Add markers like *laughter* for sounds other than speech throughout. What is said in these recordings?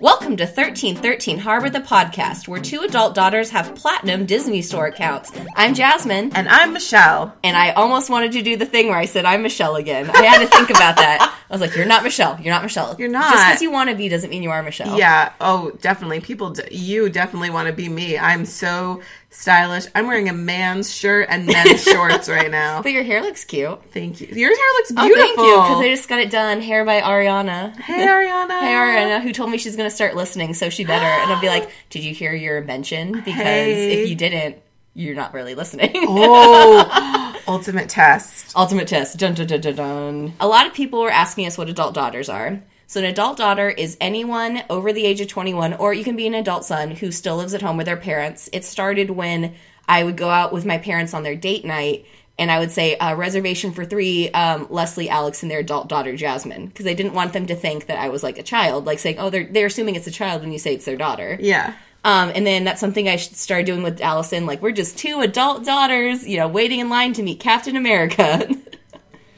Welcome to 1313 Harbor, the podcast where two adult daughters have platinum Disney store accounts. I'm Jasmine, And I'm Michelle. and I almost wanted to do the thing where I said, I'm Michelle again. I had to think about that. I was like, You're not Michelle. You're not Michelle. You're not. Just because you want to be doesn't mean you are Michelle. Yeah. Oh, definitely. People, d- you definitely want to be me. I'm so stylish. I'm wearing a man's shirt *laughs* and men's shorts right now. But your hair looks cute. Thank you. Your hair looks Oh, beautiful. thank you, because I just got it done. Hair by Ariana. Hey, Ariana. *laughs* Hey, Ariana, who told me she's going to start listening, so she better. And I'll be like, Did you hear your mention? Because Hey. if you didn't, you're not really listening. *laughs* Oh, ultimate test. Ultimate test. Dun, dun, dun, dun, dun. A lot of people were asking us what adult daughters are. So, an adult daughter is anyone over the age of 21, or you can be an adult son who still lives at home with their parents. It started when I would go out with my parents on their date night, and I would say, uh, reservation for three, um, Leslie, Alex, and their adult daughter, Jasmine, because I didn't want them to think that I was like a child, like saying, oh, they're, they're assuming it's a child when you say it's their daughter. Yeah. Um, and then that's something I should start doing with Allison. Like, we're just two adult daughters, you know, waiting in line to meet Captain America. *laughs*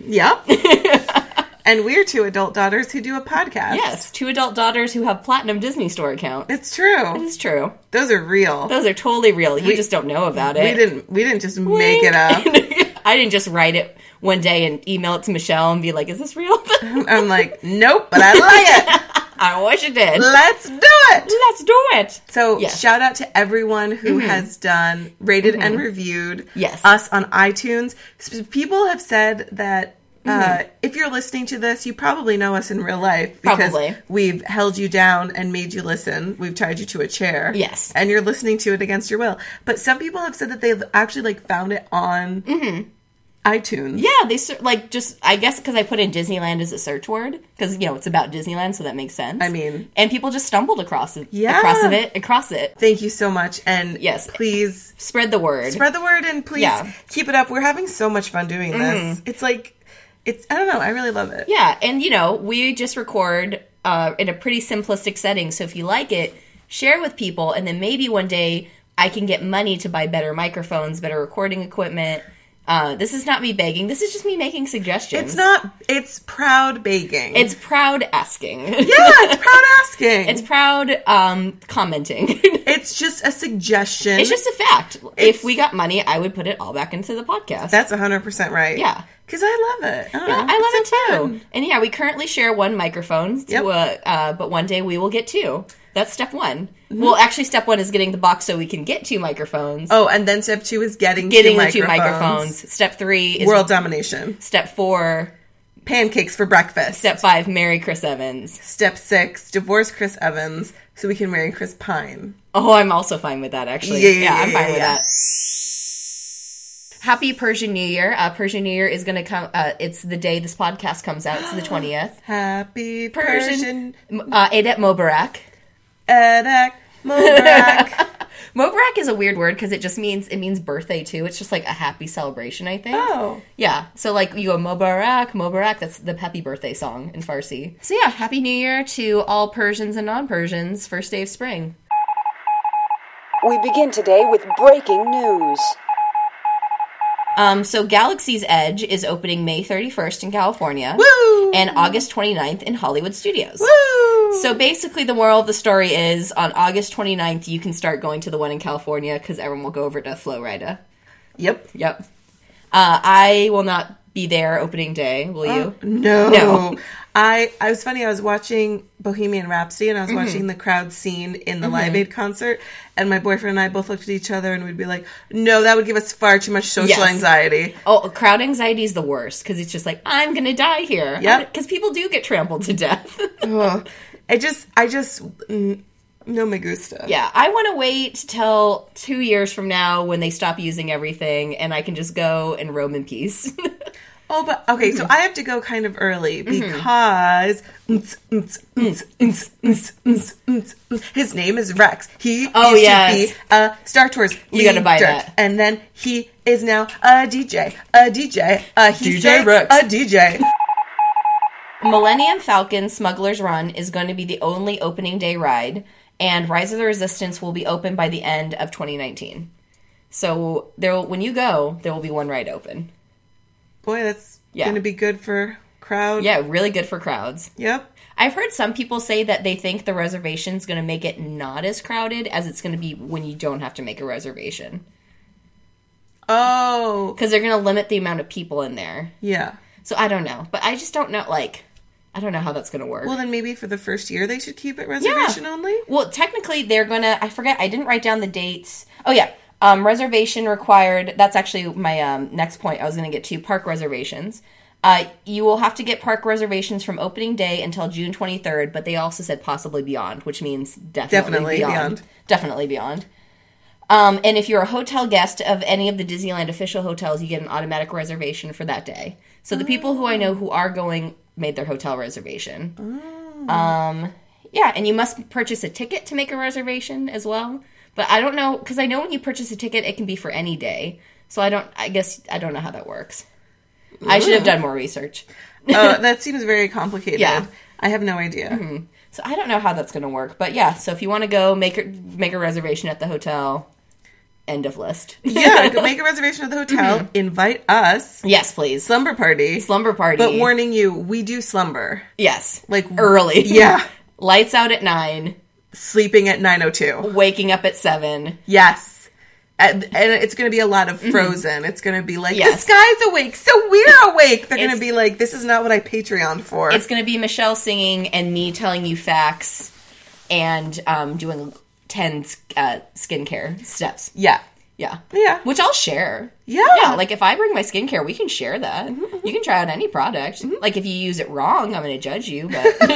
Yep. and we're two adult daughters who do a podcast. Yes, two adult daughters who have platinum Disney store accounts. It's true. It's true. Those are real. Those are totally real. You just don't know about it. we didn't we didn't just make *laughs* it up. I didn't just write it one day and email it to Michelle and be like, "Is this real?" *laughs* I'm like, nope, but I like it. I wish it did. Let's do it. Let's do it. So Yes. Mm-hmm. shout out to everyone who has done rated and reviewed Yes. us on iTunes. S- People have said that Mm-hmm. uh, if you're listening to this, you probably know us in real life because Probably. we've held you down and made you listen. We've tied you to a chair. Yes. and you're listening to it against your will. But some people have said that they've actually like found it on iTunes. Mm-hmm. Yeah, they ser- like just I guess because I put in Disneyland as a search word because you know it's about Disneyland, so that makes sense. I mean- and people just stumbled across it, Yeah. across of it, across it. Thank you so much, and Yes. please Spread the word. spread the word and please Yeah. Mm-hmm. keep it up. We're having so much fun doing this. It's like it's I don't know, I really love it. Yeah, and you know, we just record uh, in a pretty simplistic setting. So if you like it, share with people, and then maybe one day I can get money to buy better microphones, better recording equipment. Uh, this is not me begging. This is just me making suggestions. It's not it's proud baking. It's proud asking. yeah, it's proud *laughs* asking. it's proud um, commenting. *laughs* It's just a suggestion. it's just a fact. if we got money, I would put it all back into the podcast. that's hundred percent right. Yeah. Cause I love it. I, don't know. I love it It's so too. fun. And yeah, we currently share one microphone, to, Yep. uh, uh, but one day we will get two. That's step one. Well, actually, step one is getting the box so we can get two microphones. Mm-hmm. Oh, and then step two is getting getting two the two microphones. Step three is World domination. step four. Pancakes for breakfast. Step five, marry Chris Evans. Step six, divorce Chris Evans so we can marry Chris Pine. Oh, I'm also fine with that, actually. Yeah, Yeah, yeah, yeah, I'm fine yeah, with yeah. that. Happy Persian New Year. Uh, Persian New Year is going to come, uh, it's the day this podcast comes out. *gasps* It's the 20th. Happy Persian. Persian, Uh, Adet Mobarak. Edak Mubarak. *laughs* Mobarak is a weird word because it just means it means birthday too. It's just like a happy celebration, I think. Oh. yeah. So like you go Mobarak, Mobarak. That's the happy birthday song in Farsi. So yeah, happy New Year to all Persians and non-Persians. First day of spring. We begin today with breaking news. Um, so Galaxy's Edge is opening May 31st in California Woo! and August 29th in Hollywood Studios. Woo! So basically, the moral of the story is on August 29th, you can start going to the one in California because everyone will go over to Florida. Yep. Yep. Uh, I will not be there opening day. Will you? No. No. I I was funny. I was watching Bohemian Rhapsody and I Mm-hmm. was watching the crowd scene in the Live Aid concert, and my boyfriend and I both looked at each other and we'd be like, "No, that would give us far too much social Yes. anxiety." Oh, crowd anxiety is the worst because it's just like I'm gonna die here. Yep. Because people do get trampled to death. *laughs* Oh. Ugh. I just, I just, mm, no me gusta. yeah, I want to wait till two years from now when they stop using everything and I can just go and roam in peace. *laughs* Oh, but okay. So I have to go kind of early Mm-hmm. because mm, mm, mm, mm, mm, mm, mm, mm. his name is Rex. He Oh, used yes. to be a Star Tours. You gotta buy leader. that. And then he is now a DJ, a DJ, a he DJ said Rex. a DJ. Millennium Falcon Smuggler's Run is going to be the only opening day ride, and Rise of the Resistance will be open by the end of 2019. So there, when you go, there will be one ride open. Boy, that's Yeah. gonna be good for crowd. Yeah, really good for crowds. Yep. I've heard some people say that they think the reservation's going to make it not as crowded as it's going to be when you don't have to make a reservation. Oh, Because they're going to limit the amount of people in there. yeah. So I don't know. But I just don't know, like, I don't know how that's going to work. Well, then maybe for the first year they should keep it *laughs* reservation only. Well, technically, they're gonna. I forget. I didn't write down the dates. Oh yeah, um, reservation required. That's actually my um, next point. I was gonna get to park reservations. Uh, you will have to get park reservations from opening day until June 23rd, but they also said possibly beyond, which means definitely, Definitely beyond. beyond. Definitely beyond. Um, and if you're a hotel guest of any of the Disneyland official hotels, you get an automatic reservation for that day. So the people who I know who are going made their hotel reservation. Ah. Um, Yeah, and you must purchase a ticket to make a reservation as well. But I don't know because I know when you purchase a ticket, it can be for any day. So I don't. I guess I don't know how that works. I should have done more research. oh, that seems very complicated. Yeah. Mm-hmm. I have no idea. So I don't know how that's going to work. But yeah, so if you want to go, make a, make a reservation at the hotel. End of list. Yeah, go make a reservation at the hotel. Invite *laughs* us yes, please. slumber party. Mm-hmm. Slumber party. But warning you, we do slumber. yes, Like early. Yeah, *laughs* Lights out at nine. sleeping at nine o two. Waking up at seven. Yes. And and it's going to be a lot of frozen. It's going to be like, Mm-hmm. Yes. the sky's awake, so we're awake. They're going It's- to be like, this is not what I Patreon for. It's going to be Michelle singing and me telling you facts and um, doing 10 uh, skincare steps. yeah. Yeah. Yeah. Which I'll share. Yeah. Mm-hmm, Yeah. Like if I bring my skincare, we can share that. You can try out any product. Like if you use it wrong, I'm going to judge you. But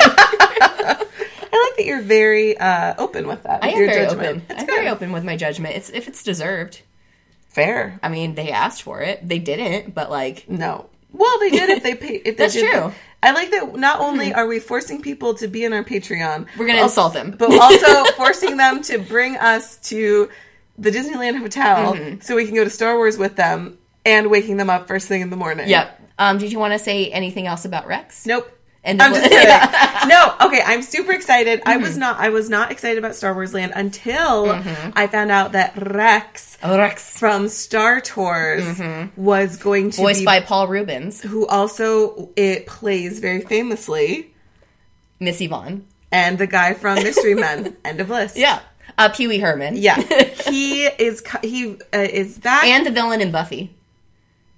I like that you're very uh, open with that. I with am your very judgment. open. It's I'm good. very open with my judgment. It's if it's deserved. Fair. I mean, they asked for it. They didn't, but like, No. Well, they did if they paid. If they That's did true. Hmm. I like that. Not only are we forcing people to be in our Patreon, We're gonna but insult also- them. but also *laughs* forcing them to bring us to the Disneyland hotel Mm-hmm. so we can go to Star Wars with them and waking them up first thing in the morning. yep. Um, did you want to say anything else about Rex? Nope. And I'm *laughs* just kidding. Yeah. No, okay, I'm super excited. I Hmm. was not I was not excited about Star Wars Land until Mm-hmm. I found out that Rex Rex. from Star Tours was going to Mm-hmm. Voiced be by Paul Rubens, who also it plays very famously Miss Yvonne. and the guy from Mystery *laughs* Men. End of list. Yeah. Uh, Pee Wee Herman. *laughs* yeah. He is cu- he uh, is that *laughs* And the villain in Buffy.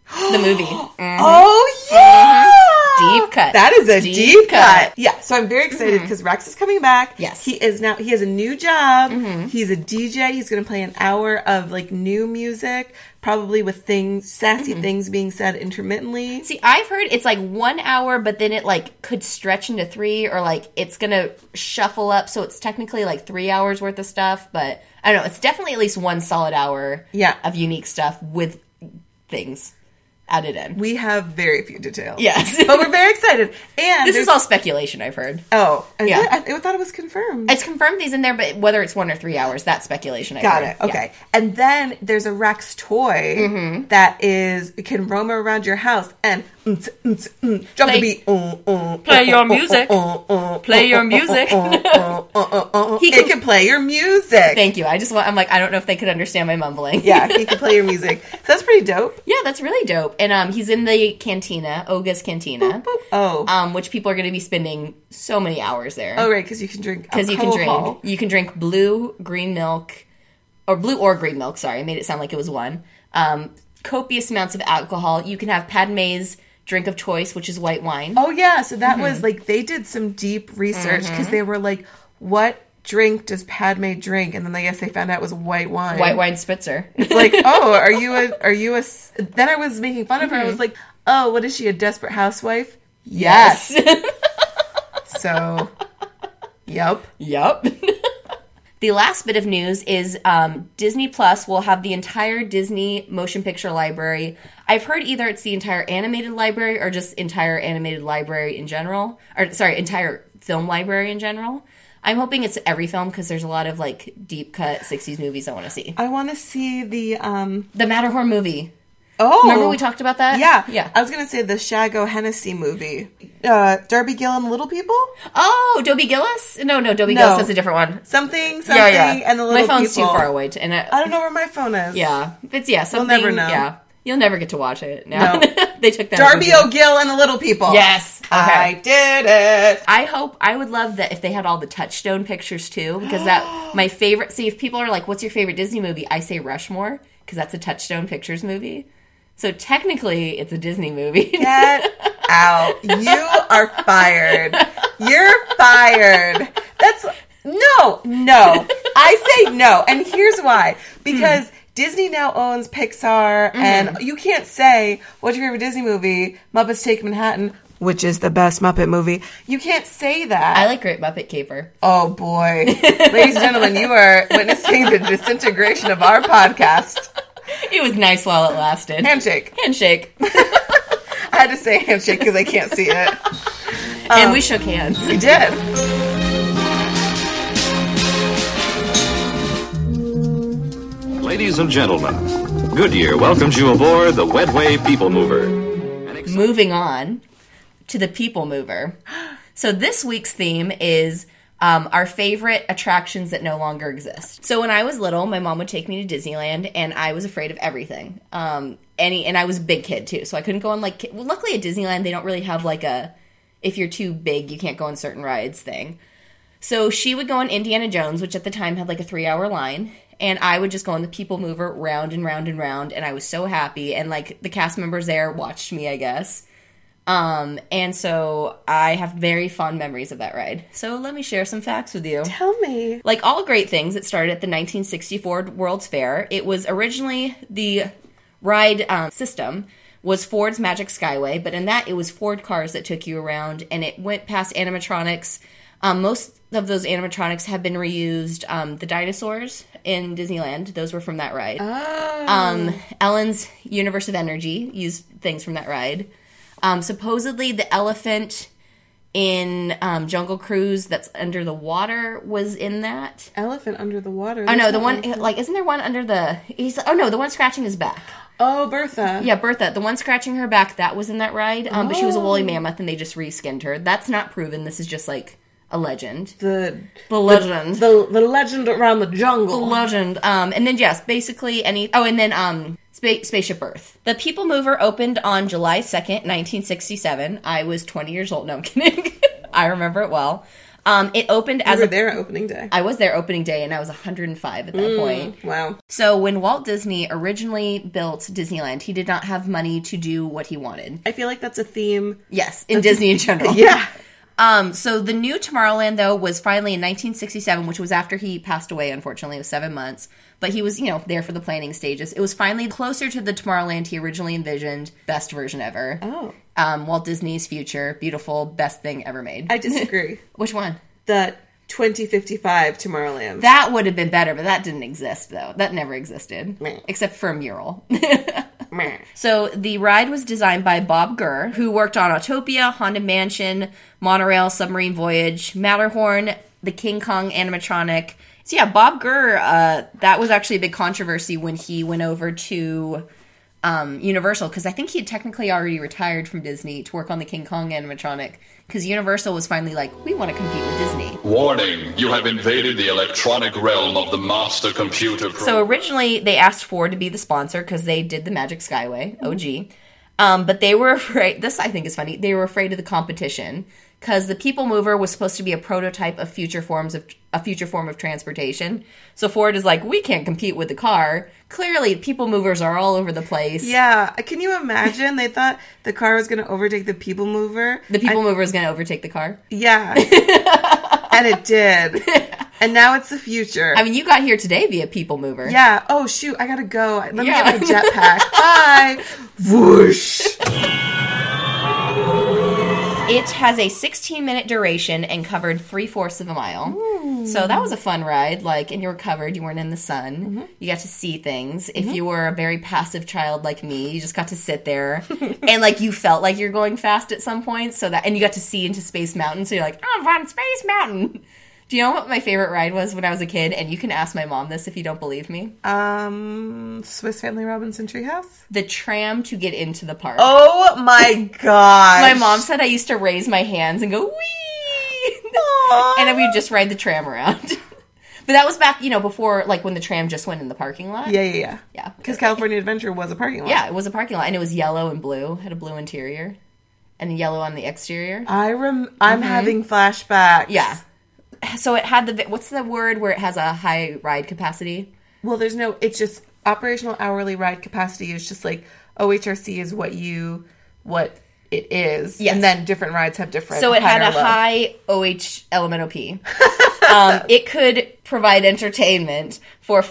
The movie. *gasps* Mm. oh yeah. Deep cut. That is a Deep deep, cut. cut. Mm-hmm. Yeah, so I'm very excited because Rex is coming back. Yes. he is now. He has a new job. He's a DJ. He's going to play an hour of like new music, probably with things sassy things being said intermittently. See, I've heard it's like one hour, but then it like could stretch into three, or like it's gonna shuffle up, so it's technically like three hours worth of stuff. But I don't know. It's definitely at least one solid hour. Yeah. Of unique stuff with things added in. We have very few details. *laughs* Yes. but we're very excited. And this is there's- all speculation. I've heard. Oh, is Yeah. it? I, I thought it was confirmed. It's confirmed these in there, but whether it's one or three hours, that's speculation. I've Got heard. it. Yeah. Okay. And then there's a Rex toy Mm-hmm. that is it can roam around your house and mm, t- mm, t- mm, drop Play- the beat. Mm, mm, play mm, your mm, music. mm, mm, Play mm, your mm, music. mm, mm, mm, mm, mm. He can- It can play your music. Thank you. I just want. I'm like, I don't know if they could understand my mumbling. Yeah, he can play your music. So that's pretty *laughs* dope. Yeah, that's really dope. And um, he's in the cantina, Oga's cantina, Oh, um, which people are going to be spending so many hours there oh right, because you can drink because you can drink alcohol. you can drink blue, green milk, or blue or green milk. Sorry, I made it sound like it was one. Um, copious amounts of alcohol. You can have Padme's drink of choice, which is white wine. Oh yeah, so that Mm-hmm. was like they did some deep research because they were like, what drink does Padme drink? And then I guess they found out it was white wine. White wine *laughs* spitzer. It's *laughs* like, oh, are you a, are you a? s- Then I was making fun of her. I Mm-hmm. was like, oh, what is she, a desperate housewife? Yes. so, yep. *laughs* Yep. the last bit of news is um, Disney Plus will have the entire Disney motion picture library. I've heard either it's the entire animated library or just entire animated library in general, or sorry, entire film library in general. I'm hoping it's every film because there's a lot of like deep cut 60s movies I want to see. I want to see the um. The Matterhorn movie. Oh, Remember we talked about that? Yeah, Um, I Yeah. was gonna say the Shago Hennessy movie, uh, Darby Gillum, Little People, Oh, Dobie Gillis? No, no, Dobie No. Gillis is a different one. something, something, Yeah, yeah. and the My Little phone's People. too far away to, and I, I don't know where my phone is. Yeah, it's yeah. Something, never know. Yeah, you'll never get to watch it. Now *laughs* No. they They took that. Darby over. O'Gill and the Little People. Yes. Okay. I did it. I hope I would love that if they had all the touchstone pictures too, because that *gasps* my favorite. See, if people are like, "What's your favorite Disney movie?" I say Rushmore because that's a touchstone pictures movie. So technically, it's a Disney movie. Get out. You are fired. You're fired. That's no, no. I say no. And here's why. Because Disney now owns Pixar, and you can't say, What's your favorite Disney movie? Muppets Take Manhattan, which is the best Muppet movie. You can't say *laughs* that. I like Great Muppet Caper. Oh boy. Ladies and gentlemen, you are witnessing the disintegration of our podcast. It was nice while it lasted. Handshake. Handshake, I had to say handshake because I can't see it. and we shook *laughs* hands. We did. Ladies and gentlemen, Goodyear welcomes you aboard the Wedway People Mover. An exciting- Moving on to the People Mover. So this week's theme is um, our favorite attractions that no longer exist. So when I was little, my mom would take me to Disneyland, and I was afraid of everything. Um, any, and I was a big kid too, so I couldn't go on like. ki- Well, luckily at Disneyland, they don't really have like a if you're too big, you can't go on certain rides thing. So she would go on Indiana Jones, which at the time had like a three hour line, and I would just go on the People Mover round and round and round, and I was so happy. And like the cast members there watched me, I guess. Um, and so I have very fond memories of that ride. So let me share some facts with you. Tell me. Like all great things, it started at the 1964 World's Fair. It was originally the ride um, system was Ford's Magic Skyway, but in that it was Ford cars that took you around, and it went past animatronics. Um, most of those animatronics have been reused. Um, the dinosaurs in Disneyland; those were from that ride. Um, Ellen's Universe of Energy used things from that ride. Um, supposedly, the elephant in um, Jungle Cruise that's under the water was in that. Elephant under the water. Oh no, the one like isn't there one under the? He's oh no, the one scratching his back. Oh, Bertha. Yeah, Bertha, the one scratching her back that was in that ride. Um, but she was a woolly mammoth, and they just reskinned her. That's not proven. This is just like a legend. The The legend. the the legend around the jungle. legend. Um, and then yes, basically any. Oh, and then um, Spa- Spaceship Earth. The People Mover opened on July second, nineteen sixty-seven. I was twenty years old. No, I'm kidding. *laughs* I remember it well. Um, it opened as we were a. there at opening day. I was there opening day, and I was 105 at that point. Wow. So when Walt Disney originally built Disneyland, he did not have money to do what he wanted. I feel like that's a theme. Yes, in Disney in general. Yeah. *laughs* Um, so the new Tomorrowland though was finally in 1967, which was after he passed away. Unfortunately, it was seven months, but he was you know there for the planning stages. It was finally closer to the Tomorrowland he originally envisioned. Best version ever. Oh. Um, Walt Disney's future, beautiful, best thing ever made. I disagree. which one? the 2055 Tomorrowland. That would have been better, but that didn't exist though. That never existed, Meh. except for a mural. *laughs* Meh. So the ride was designed by Bob Gurr, who worked on Autopia, Haunted Mansion, Monorail, Submarine Voyage, Matterhorn, the King Kong animatronic. So yeah, Bob Gurr. Uh, that was actually a big controversy when he went over to um, Universal because I think he had technically already retired from Disney to work on the King Kong animatronic because Universal was finally like, we want to compete with Disney. Warning, you have invaded the electronic realm of the master computer. Pro- So originally they asked Ford to be the sponsor because they did the Magic Skyway, Mm-hmm. OG. Um, but they were *laughs* afraid. This I think is funny. They were afraid of the competition because the People Mover was supposed to be a prototype of future forms of a future form of transportation. So Ford is like, we can't compete with the car. Clearly, People Movers are all over the place. Yeah. Can you imagine? They thought the car was going to overtake the People Mover. The People Mover is going to overtake the car. *laughs* Yeah. and it did. And now it's the future. I mean, you got here today via People Mover. yeah. Oh shoot! I gotta go. Let me Yeah. get my *laughs* jetpack. Bye. Whoosh. It has a 16 minute duration and covered three fourths of a mile. So that was a fun ride. Like, and you were covered, you weren't in the sun. You got to see things. If you were a very passive child like me, you just got to sit there *laughs* and like you felt like you're going fast at some point. So that, and you got to see into Space Mountain. So you're like, "Oh, I'm on Space Mountain. Do you know what my favorite ride was when I was a kid? And you can ask my mom this if you don't believe me. Uh, Um, Swiss Family Robinson Treehouse. The tram to get into the park. Oh my god! My mom said I used to raise my hands and go wee, and then we'd just ride the tram around. *laughs* But that was back, you know, before like when the tram just went in the parking lot. Yeah, yeah, yeah. Yeah. Because California Adventure was a parking lot. Yeah, it was a parking lot and it was yellow and blue, had a blue interior and yellow on the exterior. I rem- I'm having flashbacks. Mm-hmm. yeah. So it had the vi- what's the word where it has a high ride capacity? Well, there's no. It's just operational hourly ride capacity is just like OHRC is what you what it is, Yes. and then different rides have different. So it high had or a low. high OH *laughs* LMNOP. um, it could provide entertainment for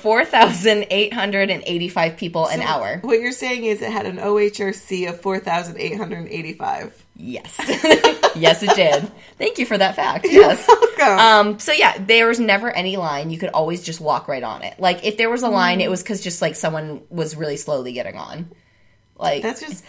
4,885 people an hour. What you're saying is it had an OHRC of four thousand eight hundred eighty-five. *laughs* Yes. *laughs* yes, it did. Thank you for that fact. Yes. welcome. Um, so yeah, there was never any line. You could always just walk right on it. Like if there was a line, it was because just like someone was really slowly getting on. Like That's just.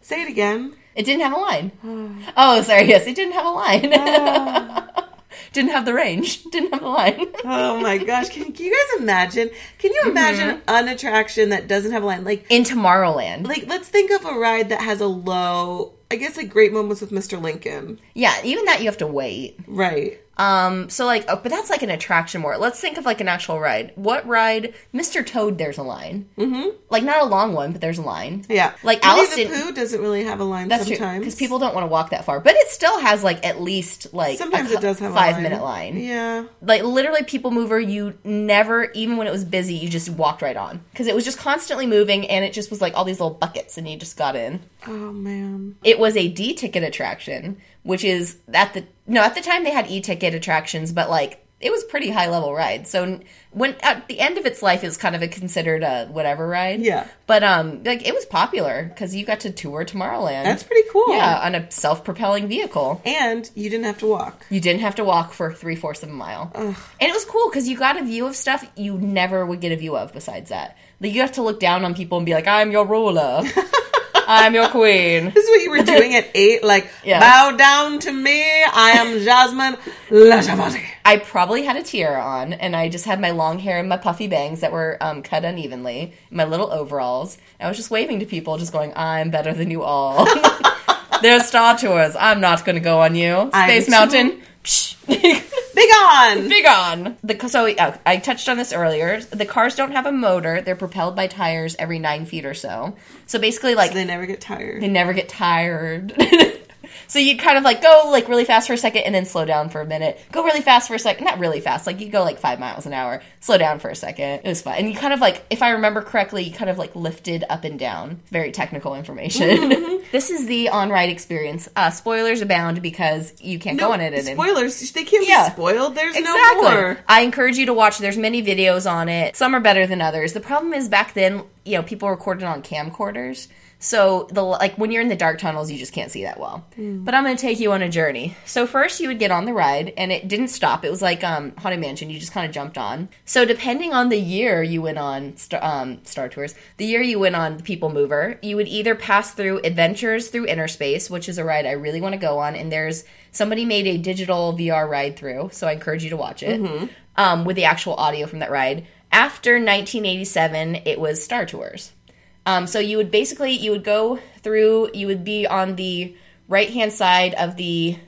Say *laughs* it again. it didn't have a line. oh, sorry. Yes, it didn't have a line. *laughs* didn't have the range. *laughs* Didn't have the line. Oh my gosh! Can, can you guys imagine? Can you imagine Mm-hmm. an attraction that doesn't have a line? Like In Tomorrowland. like let's think of a ride that has a low. I guess like Great Moments with Mr. Lincoln. yeah, even that you have to wait. Right. Um, so like, oh, but that's like an attraction more. Let's think of like an actual ride. What ride, Mr. Toad? There's a line. Mm-hmm. Like not a long one, but there's a line. Yeah. Like Winnie Alice the didn't- Pooh doesn't really have a line That's sometimes. because people don't want to walk that far. But it still has like at least like a sometimes cou- it does have five a line. minute line. Yeah. Like literally, people mover. You never, even when it was busy, you just walked right on because it was just constantly moving, and it just was like all these little buckets, and you just got in. Oh man. It was a D ticket attraction, which is at the no at the time they had E ticket attractions, but like it was pretty high level ride. So n- when at the end of its life, it was kind of a considered a whatever ride. Yeah. but um, like it was popular because you got to tour Tomorrowland. That's pretty cool. Yeah, on a self propelling vehicle. And you didn't have to walk. You didn't have to walk for three fourths of a mile. And it was cool because you got a view of stuff you never would get a view of besides that. Like, you have to look down on people and be like, I'm your *laughs* ruler. I'm your queen. This is what you were *laughs* doing at eight, like Yeah. bow down to me. I am Jasmine Lajavati. I probably had a tiara on, and I just had my long hair and my puffy bangs that were um, cut unevenly, my little overalls. And I was just waving to people, just going, I'm better than you all. *laughs* There's Star Tours. I'm not going to go on you. I'm Space too- Mountain. Psh. *laughs* Be gone. Big on the so uh, I touched on this earlier. The cars don't have a motor; they're propelled by tires every nine feet or so. So basically, like They never get tired. they never get tired. *laughs* so you kind of like go like really fast for a second and then slow down for a minute. Go really fast for a second, not really fast. Like you go like five miles an hour, slow down for a second. It was fun, and you kind of like, if I remember correctly, you kind of like lifted up and down. Very technical information. *laughs* this is the on-ride experience. Uh, spoilers abound because you can't go on it anymore. Spoilers. They can't Yeah. be spoiled. There's Exactly. no more. I encourage you to watch. There's many videos on it. Some are better than others. The problem is back then, you know, people recorded on camcorders. So the like when you're in the dark tunnels, you just can't see that well. Hmm. But I'm going to take you on a journey. So first you would get on the ride and it didn't stop. It was like um Haunted Mansion, you just kind of jumped on. So depending on the year you went on Star, um, Star Tours, the year you went on the People Mover, you would either pass through Adventures through Inner Space, which is a ride I really want to go on and there's somebody made a digital VR ride through, so I encourage you to watch it um, with the actual audio from that ride. After 1987, it was Star Tours. Um, so you would basically you would go through. You would be on the right hand side of the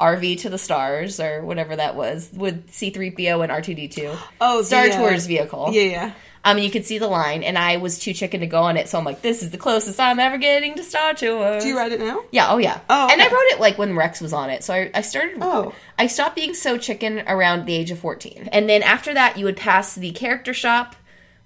RV to the stars or whatever that was with C3PO and R2D2. Oh, the, Star uh, Tours vehicle. Yeah, yeah. Um, you could see the line, and I was too chicken to go on it, so I'm like, this is the closest I'm ever getting to Star Tours. Do you ride it now? Yeah, oh yeah. Oh, and I okay. wrote it like when Rex was on it. So I, I started Oh. I stopped being so chicken around the age of 14. And then after that you would pass the character shop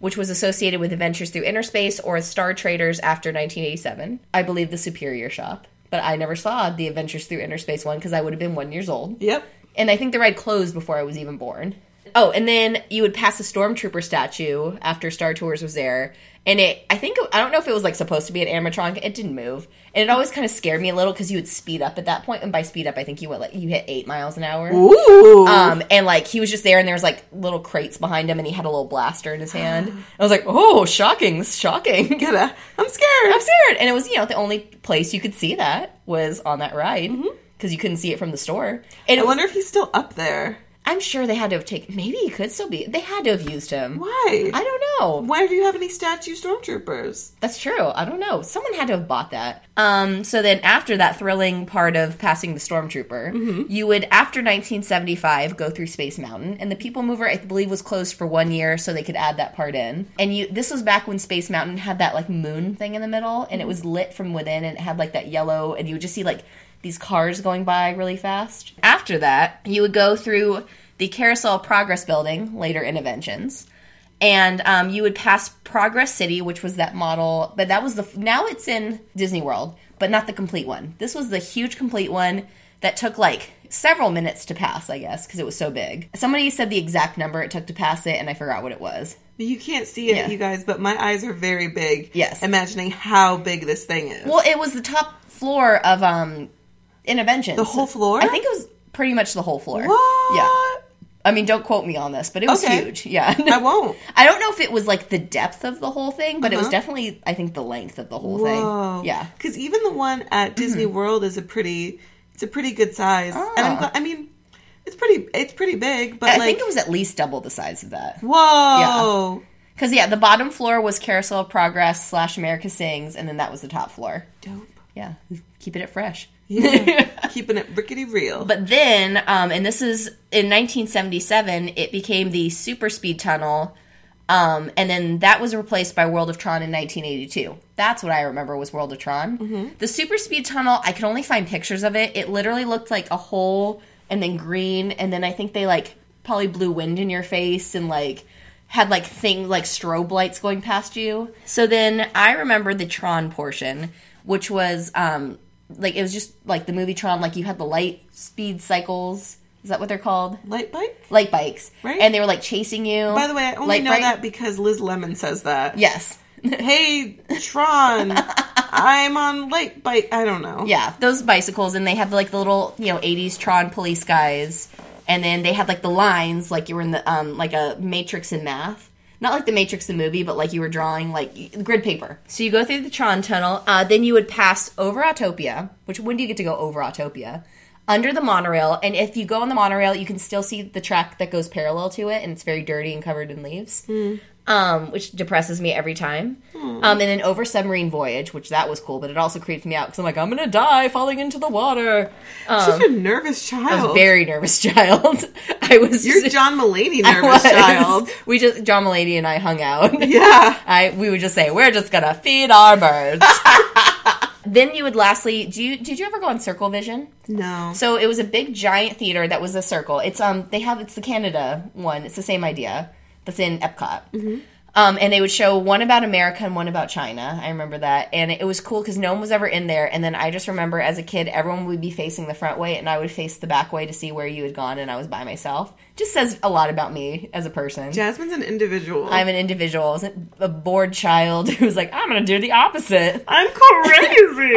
which was associated with Adventures Through Inner Space or Star Traders after 1987. I believe the Superior Shop, but I never saw the Adventures Through Inner Space one because I would have been 1 years old. Yep. And I think the ride closed before I was even born. Oh, and then you would pass the stormtrooper statue after Star Tours was there, and it I think I don't know if it was like supposed to be an animatronic. It didn't move, and it always kind of scared me a little because you would speed up at that point, and by speed up I think you went like you hit eight miles an hour. Ooh. Um, and like he was just there, and there was like little crates behind him, and he had a little blaster *gasps* in his hand. I was like, oh, shocking, shocking. *laughs* Gotta- I'm scared. I'm scared. And it was, you know, the only place you could see that was on that ride because you couldn't see it from the store. And Mm-hmm. I it was, wonder if he's still up there. I'm sure they had to have taken. Maybe he could still be. They had to have used him. Why? I don't know. Why do you have any statue stormtroopers? That's true. I don't know. Someone had to have bought that. Um, so then, after that thrilling part of passing the stormtrooper, you would, after 1975, go through Space Mountain, and the People Mover, I believe, was closed for one year, so they could add that part in. And you, this was back when Space Mountain had that like moon thing in the middle, and it was lit from within, and it had like that yellow, and you would just see like these cars going by really fast. After that, you would go through the Carousel Progress Building, later Interventions and um, you would pass Progress City, which was that model, but that was the now it's in Disney World, but not the complete one. This was the huge complete one that took like several minutes to pass, I guess, because it was so big. Somebody said the exact number it took to pass it, and I forgot what it was. You can't see it, Yeah. you guys, but my eyes are very big. Yes. Imagining how big this thing is. Well, it was the top floor of um interventions. The whole floor? I think it was pretty much the whole floor. What? Yeah. I mean, don't quote me on this, but it was Okay. huge. Yeah. I won't. *laughs* I don't know if it was like the depth of the whole thing, but it Uh-huh. was definitely, I think, the length of the whole thing. Yeah. Mm-hmm. Because even the one at Disney World is a pretty, it's a pretty good size. And I'm, gl- I mean, it's pretty, it's pretty big, but Ah. I like, think it was at least double the size of that. whoa. Because, yeah, the bottom floor was Carousel of Progress slash America Sings, and then that was the top floor. Dope. Yeah. Keeping it fresh. Yeah. Keeping it rickety real. But then, um, and this is in 1977, it became the Super Speed Tunnel, um, and then that was replaced by World of Tron in 1982. That's what I remember was World of Tron. The Super Speed Tunnel, I could only find pictures of it. It literally looked like a hole, and then green, and then I think they like probably blew wind in your face and like had like things like strobe lights going past you. So then I remember the Tron portion, which was um like it was just like the movie Tron, like you had the light speed cycles. Is that what they're called? Light bike? Light bikes. Right. And they were like chasing you. By the way, I only Light know bike- that because Liz Lemon says that. Yes. Hey, *laughs* Tron, I'm on light bike. I don't know. Yeah, those bicycles, and they had like the little you know '80s Tron police guys, and then they had like the lines, like you were in the um like a Matrix in math, not like the Matrix the movie, but like you were drawing like y- grid paper. So you go through the Tron tunnel, uh, then you would pass over Autopia, which when do you get to go over Autopia? Under the monorail, and if you go on the monorail, you can still see the track that goes parallel to it, and it's very dirty and covered in leaves um, which depresses me every time. Hmm. Um, and an over submarine voyage, which that was cool, but it also creeped me out because I'm like, I'm gonna die falling into the water. Such a nervous I child. was a very nervous *laughs* child. I was. *laughs* Oh. You're John Mulaney I was. *laughs* nervous child. We just John Mulaney and I hung out. *laughs* Yeah. I we would just say we're just gonna feed our *laughs* birds. then you would lastly do you did you ever go on Circle Vision? No. So it was a big giant theater that was a circle. It's um they have it's the Canada one. It's the same idea that's in Epcot. Um, and they would show one about America and one about China. I remember that, and it was cool because no one was ever in there. And then I just remember as a kid, everyone would be facing the front way, and I would face the back way to see where you had gone, and I was by myself. Just says a lot about me as a person. Jasmine's an individual. I'm an individual, a bored child *laughs* who's like, I'm gonna do the opposite. I'm crazy.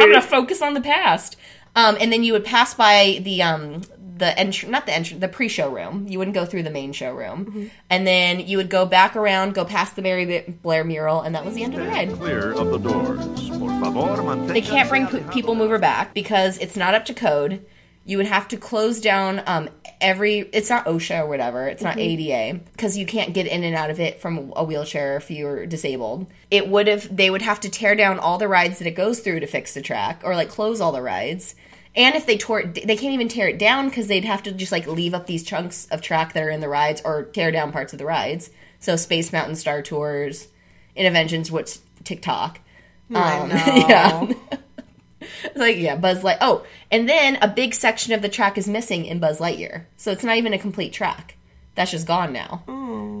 *laughs* I'm gonna focus on the past. Um, and then you would pass by the um the entry, not the entry, the pre-show room. You wouldn't go through the main show room, and then you would go back around, go past the Mary B- Blair mural, and that was the end of the ride. Clear of the doors. Por favor, mantenga- They can't bring P- People Mover back because it's not up to code. You would have to close down um, every. It's not OSHA or whatever. It's Mm-hmm. not ADA because you can't get in and out of it from a wheelchair if you're disabled. It would have. They would have to tear down all the rides that it goes through to fix the track or like close all the rides. And if they tore it, they can't even tear it down because they'd have to just like leave up these chunks of track that are in the rides or tear down parts of the rides. So Space Mountain Star Tours, Interventions, what's TikTok. I Um, *laughs* know. yeah. like yeah, Buzz Light. Oh, and then a big section of the track is missing in Buzz Lightyear, so it's not even a complete track. That's just gone now.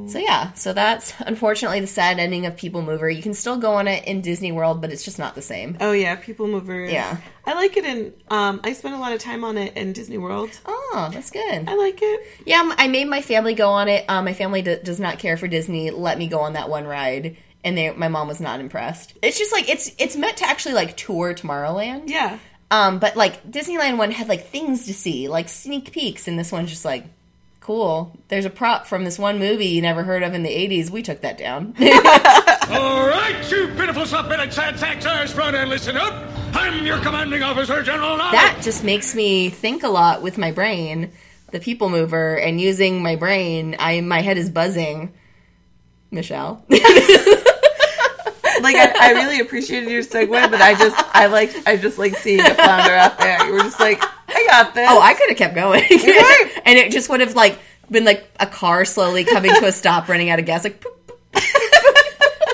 So yeah, so that's unfortunately the sad ending of People Mover. You can still go on it in Disney World, but it's just not the same. Oh yeah, people mover. is- Yeah. I like it in. Um, I spent a lot of time on it in Disney World. Oh, that's good. I like it. Yeah, m- I made my family go on it. Um, my family d- does not care for Disney. Let me go on that one ride, and they, my mom was not impressed. It's just like it's it's meant to actually like tour Tomorrowland. *laughs* Yeah. Um, but like Disneyland one had like things to see, like sneak peeks, and this one's just like, cool. There's a prop from this one movie you never heard of in the '80s. We took that down. *laughs* All right, you pitiful submitted sad sacks, eyes front and listen up. I'm your commanding officer, General Lyle. that just makes me think a lot with my brain, the people mover, and using my brain. I my head is buzzing Michelle. *laughs* Like I, I really appreciated your segue, but I just I like I just like seeing it flounder out there. You were just like, I got this. Oh, I could have kept *laughs* going. right. *laughs* and it just would have like been like a car slowly coming to a stop, running out of gas, like. Poop, poop, poop.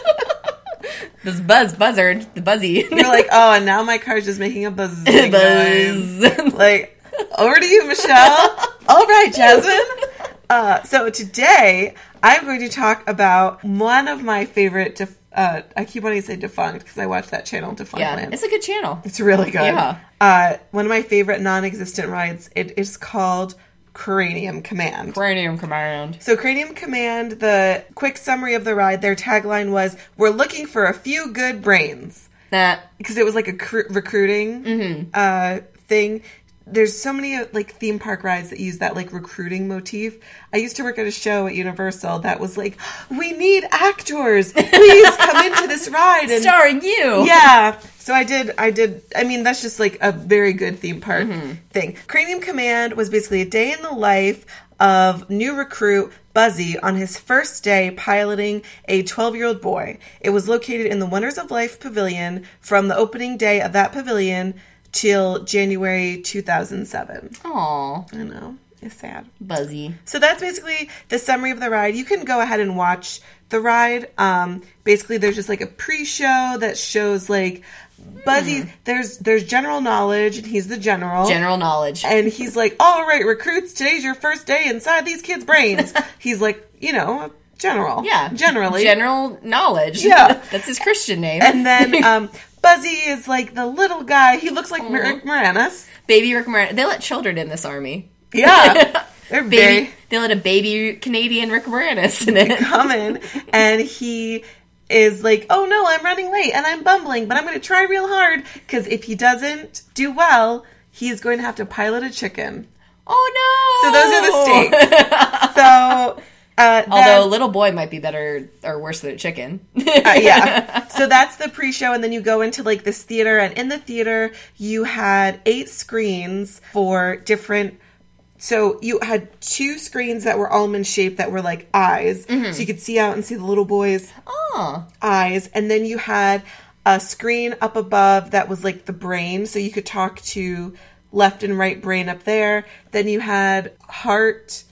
*laughs* This buzz buzzard, the buzzy You're like, oh, and now my car's just making a buzz. noise. *laughs* buzz. Like, over to you, Michelle. *laughs* All right, *laughs* Jasmine. Uh, so today I'm going to talk about one of my favorite. Def- uh, I keep wanting to say defunct because I watch that channel, Defunct yeah, Land. it's a good channel. It's really good. Yeah. Uh, one of my favorite non-existent rides. It is called Cranium Command. Cranium come around. So Cranium Command, the quick summary of the ride, their tagline was, "We're looking for a few good brains." That because it was like a cr- recruiting uh, thing. There's so many uh, like theme park rides that use that like recruiting motif. I used to work at a show at Universal that was like, "We need actors. Please come into this ride." And starring *laughs* you. yeah, so I did. I did. I mean, that's just like a very good theme park thing. Cranium Command was basically a day in the life of new recruit Buzzy on his first day piloting a 12 year old boy. It was located in the Wonders of Life Pavilion from the opening day of that pavilion till January 2007. Aw, I know. It's sad. buzzy. So that's basically the summary of the ride. You can go ahead and watch the ride. Um, basically, there's just like a pre-show that shows like Buzzy. Hmm. There's there's general knowledge, and he's the general. General knowledge. And he's like, all right, recruits, today's your first day inside these *laughs* kids' brains. he's like, you know, a general. yeah, generally. general knowledge. Yeah. *laughs* that's his Christian name. And *laughs* then um, Buzzy is like the little guy. He looks like Rick Moranis. baby Rick Moranis. They let children in this army. Yeah, *laughs* they're Baby, very they let a baby Canadian Rick Moranis in *laughs* it. coming and he is like, "Oh no, I'm running late and I'm bumbling, but I'm going to try real hard because if he doesn't do well, he's going to have to pilot a chicken." Oh So no! those are the *laughs* stakes. so uh, Although a that- little boy might be better or worse than a chicken. *laughs* uh, yeah. So that's the pre-show, and then you go into like this theater, and in the theater you had eight screens for different. So you had two screens that were almond shaped that were like eyes, Mm-hmm. so you could see out and see the little boys. oh, eyes and then you had a screen up above that was like the brain so you could talk to left and right brain up there then you had heart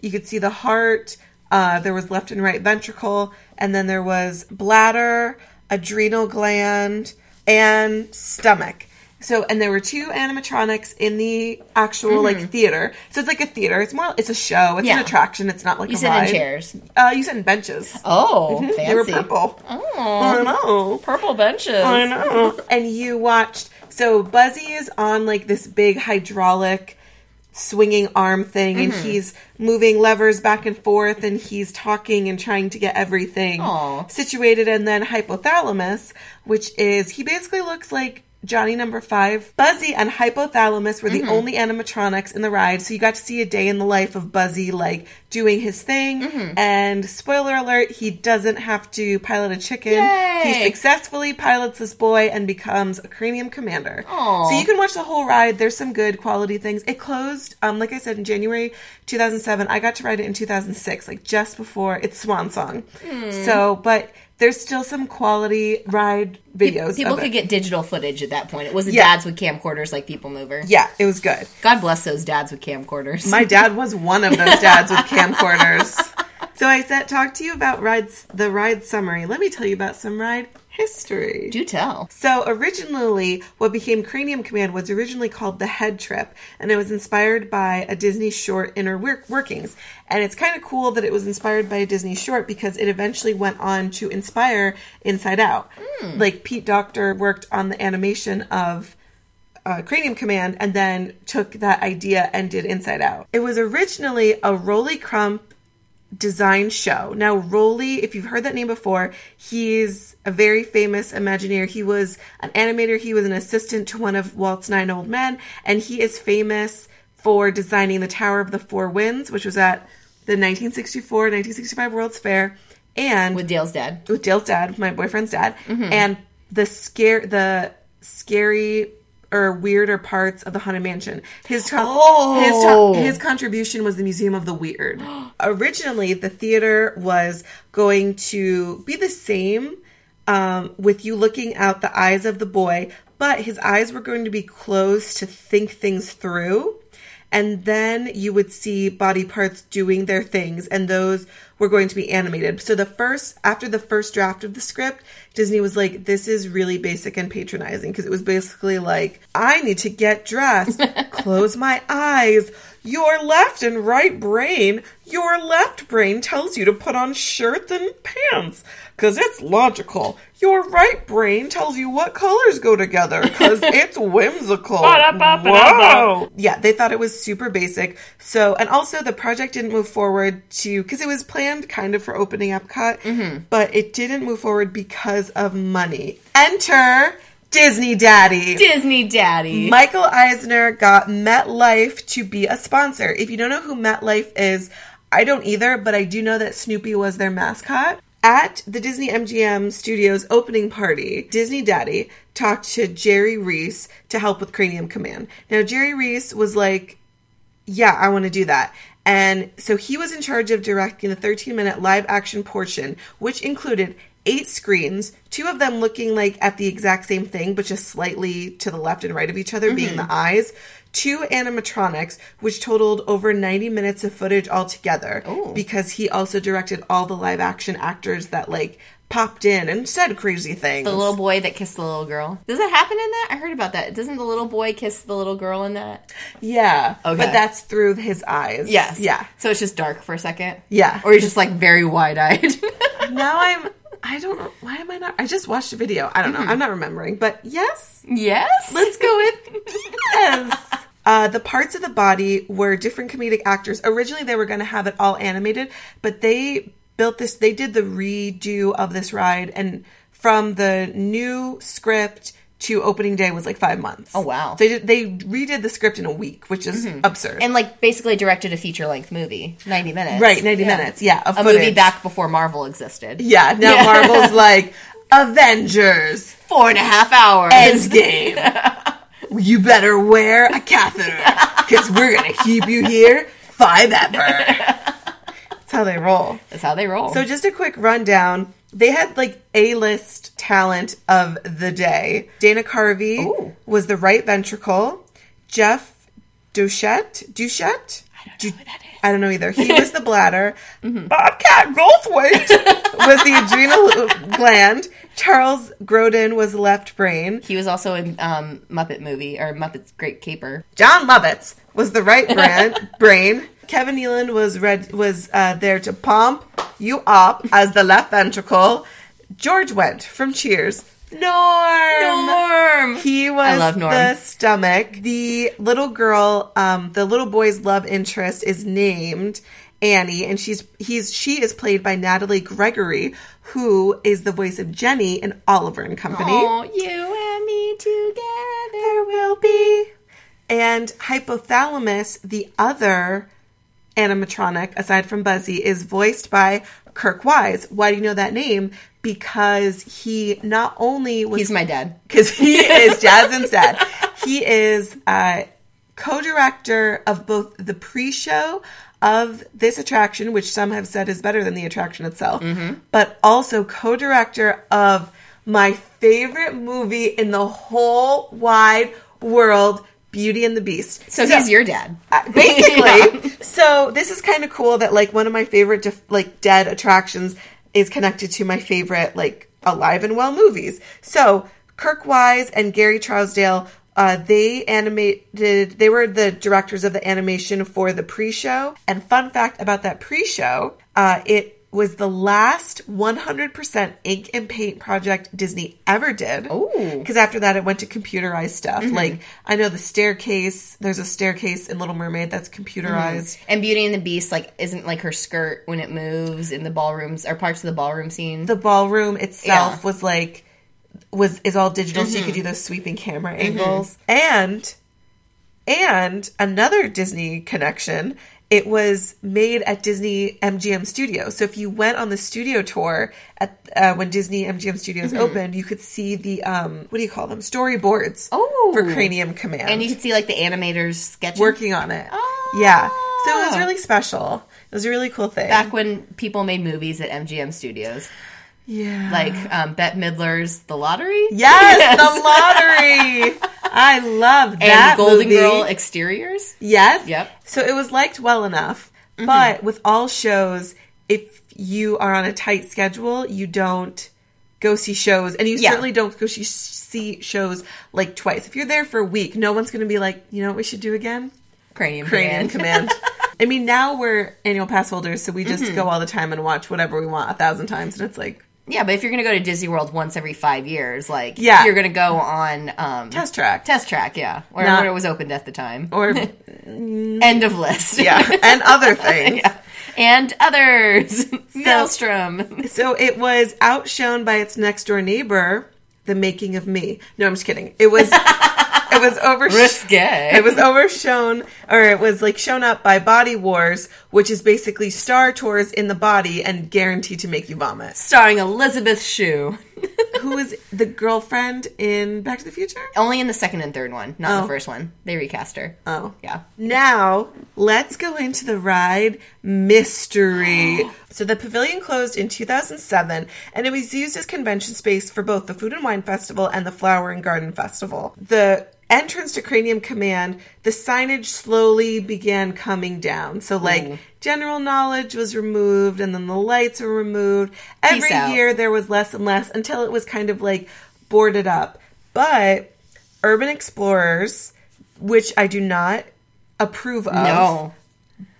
you could see the heart uh, there was left and right ventricle and then there was bladder adrenal gland and stomach so and there were two animatronics in the actual like theater so it's like a theater it's more it's a show it's Mm-hmm. Yeah. an attraction it's not like you a sit ride. in chairs. uh, you sit in benches Oh, fancy. they were purple Oh, i know purple benches. I know. And you watched. So Buzzy is on like this big hydraulic swinging arm thing, and he's moving levers back and forth, and he's talking and trying to get everything Aw. situated. And then hypothalamus, which is he basically looks like. Johnny number five, Buzzy and Hypothalamus were the only animatronics in the ride, so you got to see a day in the life of Buzzy, like doing his thing. And spoiler alert, he doesn't have to pilot a chicken. He Yay. successfully pilots this boy and becomes a cranium commander. Aw. So you can watch the whole ride. There's some good quality things. It closed, um, like I said, in January 2007. I got to ride it in 2006, like just before it's Swan Song. Hmm. So, but there's still some quality ride videos. People of could it. get digital footage at that point. It wasn't Yeah. dads with camcorders like People Mover. yeah, it was good. God bless those dads with camcorders. My dad was one of those dads with camcorders. So I said, talk to you about rides, the ride summary. Let me tell you about some ride history. *laughs* Do tell. So originally, what became Cranium Command was originally called the Head Trip, and it was inspired by a Disney short Inner Work- Workings. And it's kind of cool that it was inspired by a Disney short because it eventually went on to inspire Inside Out. Like Pete Doctor worked on the animation of uh, Cranium Command and then took that idea and did Inside Out. It was originally a Rolly Crump design show. Now, Rolly, if you've heard that name before, he's a very famous Imagineer. He was an animator, he was an assistant to one of Walt's Nine Old Men, and he is famous for designing the Tower of the Four Winds, which was at the 1964 1965 World's Fair. And With Dale's dad. with Dale's dad, my boyfriend's dad, and the scare the scary or weirder parts of the haunted mansion. His co- his, Oh. to- his contribution was the Museum of the Weird. *gasps* Originally, the theater was going to be the same um, with you looking out the eyes of the boy, but his eyes were going to be closed to think things through. And then you would see body parts doing their things, and those were going to be animated. So, the first, after the first draft of the script, Disney was like, This is really basic and patronizing because it was basically like, I need to get dressed, close my eyes. Your left and right brain, your left brain tells you to put on shirts and pants because it's logical. Your right brain tells you what colors go together because it's whimsical. Whoa. Yeah, they thought it was super basic. So, and also the project didn't move forward to because it was planned kind of for opening Epcot, but it didn't move forward because of money. Enter Disney Daddy. Disney Daddy. Michael Eisner got MetLife to be a sponsor. If you don't know who MetLife is, I don't either, but I do know that Snoopy was their mascot. At the Disney MGM Studios opening party, Disney Daddy talked to Jerry Reese to help with Cranium Command. Now, Jerry Reese was like yeah, I want to do that. And so he was in charge of directing the 13 minute live action portion, which included eight screens, two of them looking like at the exact same thing, but just slightly to the left and right of each other, being Mm-hmm. the eyes, two animatronics, which totaled over 90 minutes of footage altogether. Oh. Because he also directed all the live action actors that like popped in and said crazy things. the little boy that kissed the little girl. Does that happen in that? I heard about that. Doesn't the little boy kiss the little girl in that? yeah. Okay. But that's through his eyes. Yes. Yeah. So it's just dark for a second. Yeah. Or you're just like very wide *laughs* eyed. now I'm I don't know why am I not I just watched a video. I don't know. I'm not remembering. But yes, yes. let's go with *laughs* yes. Uh, the parts of the body were different comedic actors. Originally, they were going to have it all animated, but they built this. They did the redo of this ride, and from the new script to opening day was like five months. Oh wow. They did, they redid the script in a week, which is absurd. and like basically directed a feature length movie, ninety minutes. right, ninety minutes. Yeah, of A footage. movie back before Marvel existed. Yeah, now Marvel's like Avengers. Four and a half hours. game. *laughs* you better wear a catheter because we're going to keep you here five ever. That's how they roll. *laughs* That's how they roll. So, just a quick rundown. They had like A list talent of the day. Dana Carvey was the right ventricle. Jeff Duchette. Duchette? I don't know who that is. Mm-hmm. I don't know either. He was the *laughs* bladder. Bobcat *laughs* Goldthwait was the adrenal gland. Charles Grodin was left brain. he was also in um, Muppet movie or Muppet's Great Caper. John Lovitz was the right *laughs* brand, brain. Kevin Nealon was red was uh, there to pump you up as the left ventricle. George Wendt from Cheers. Norm. Norm. He was love Norm. the stomach. The little girl, um, the little boy's love interest is named Annie, and she's he's she is played by Natalie Gregory, who is the voice of Jenny in Oliver and Company. Oh, you and me together. There will be. And Hypothalamus, the other animatronic aside from Buzzy, is voiced by Kirk Wise. Why do you know that name? Because he not only was He's my dad. *laughs* because he is Jasmine's dad. He is uh, co-director of both the pre-show of this attraction, which some have said is better than the attraction itself, Mm-hmm. but also co-director of my favorite movie in the whole wide world, Beauty and the Beast. So, he's your dad. Uh, basically. So this is kind of cool that like one of my favorite def- like dead attractions is connected to my favorite like alive and well movies. So Kirk Wise and Gary Trousdale, uh, they animated. They were the directors of the animation for the pre-show. And fun fact about that pre-show, uh, it was the last 100% ink and paint project Disney ever did. Because after that, it went to computerized stuff. Like, I know the staircase, there's a staircase in Little Mermaid that's computerized. And Beauty and the Beast, like, isn't like her skirt when it moves in the ballrooms or parts of the ballroom scene. The ballroom itself Yeah. Mm-hmm. was like, was is all digital, so you could do those sweeping camera angles. And, and another Disney connection it was made at Disney MGM Studios. So if you went on the studio tour at uh, when Disney MGM Studios Mm-hmm. opened, you could see the um, what do you call them storyboards Oh. for Cranium Command And you could see like the animators sketching working on it. Yeah, so it was really special. It was a really cool thing. Ah. back when people made movies at MGM Studios, yeah, like um, Bette Midler's The Lottery. yes, the lottery. I love And that Golden movie. Girl exteriors. Yes. Yep. Mm-hmm. So it was liked well enough, but with all shows, if you are on a tight schedule, you don't go see shows, and you Yeah. certainly don't go see, see shows like twice. If you're there for a week, no one's going to be like, you know what we should do again? Cranium, Cranium Command. Mm-hmm. Command. *laughs* I mean, now we're annual pass holders, so we just go all the time and watch whatever we want a thousand times, and it's like Yeah, but if you're going to go to Disney World once every five years, like Yeah. you're going to go on um, test track. Test track, yeah, or Not- when it was opened at the time. *laughs* or End of list. yeah, and other things. *laughs* and others. Maelstrom. So it was outshone by its next door neighbor, The Making of Me. No, I'm just kidding. It was it was over it Risque. was overshone or it was like shown up by Body Wars, which is basically Star Tours in the body and guaranteed to make you vomit. Starring Elizabeth Shue. Who is the girlfriend in Back to the Future? Only in the second and third one, not in the first one. They recast her. Oh. Yeah. Now, let's go into the ride mystery. so, the pavilion closed in 2007 and it was used as convention space for both the Food and Wine Festival and the Flower and Garden Festival. The entrance to Cranium Command, the signage slowly began coming down. So, like, general knowledge was removed and then the lights were removed. Every out. year there was less and less until it was kind of like boarded up. But Urban Explorers, which I do not approve of, No.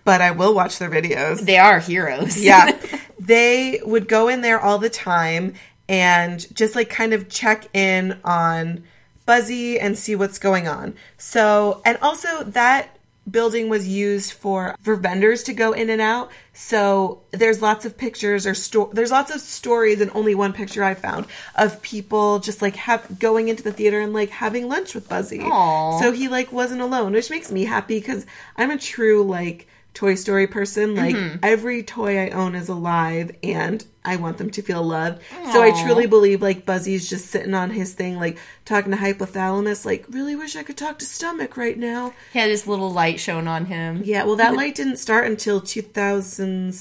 but I will watch their videos. They are heroes. *laughs* yeah. They would go in there all the time and just like kind of check in on Buzzy and see what's going on. So, and also that building was used for for vendors to go in and out. So, there's lots of pictures or sto- there's lots of stories and only one picture I found of people just like have going into the theater and like having lunch with Buzzy. Aw. So he like wasn't alone, which makes me happy because I'm a true like Toy Story person. Like Mm-hmm. every toy I own is alive, and I want them to feel loved. So I truly believe like Buzzy's just sitting on his thing, like talking to hypothalamus. Like really wish I could talk to stomach right now. *laughs* He had his little light shown on him. Yeah, well that light didn't start until 2007.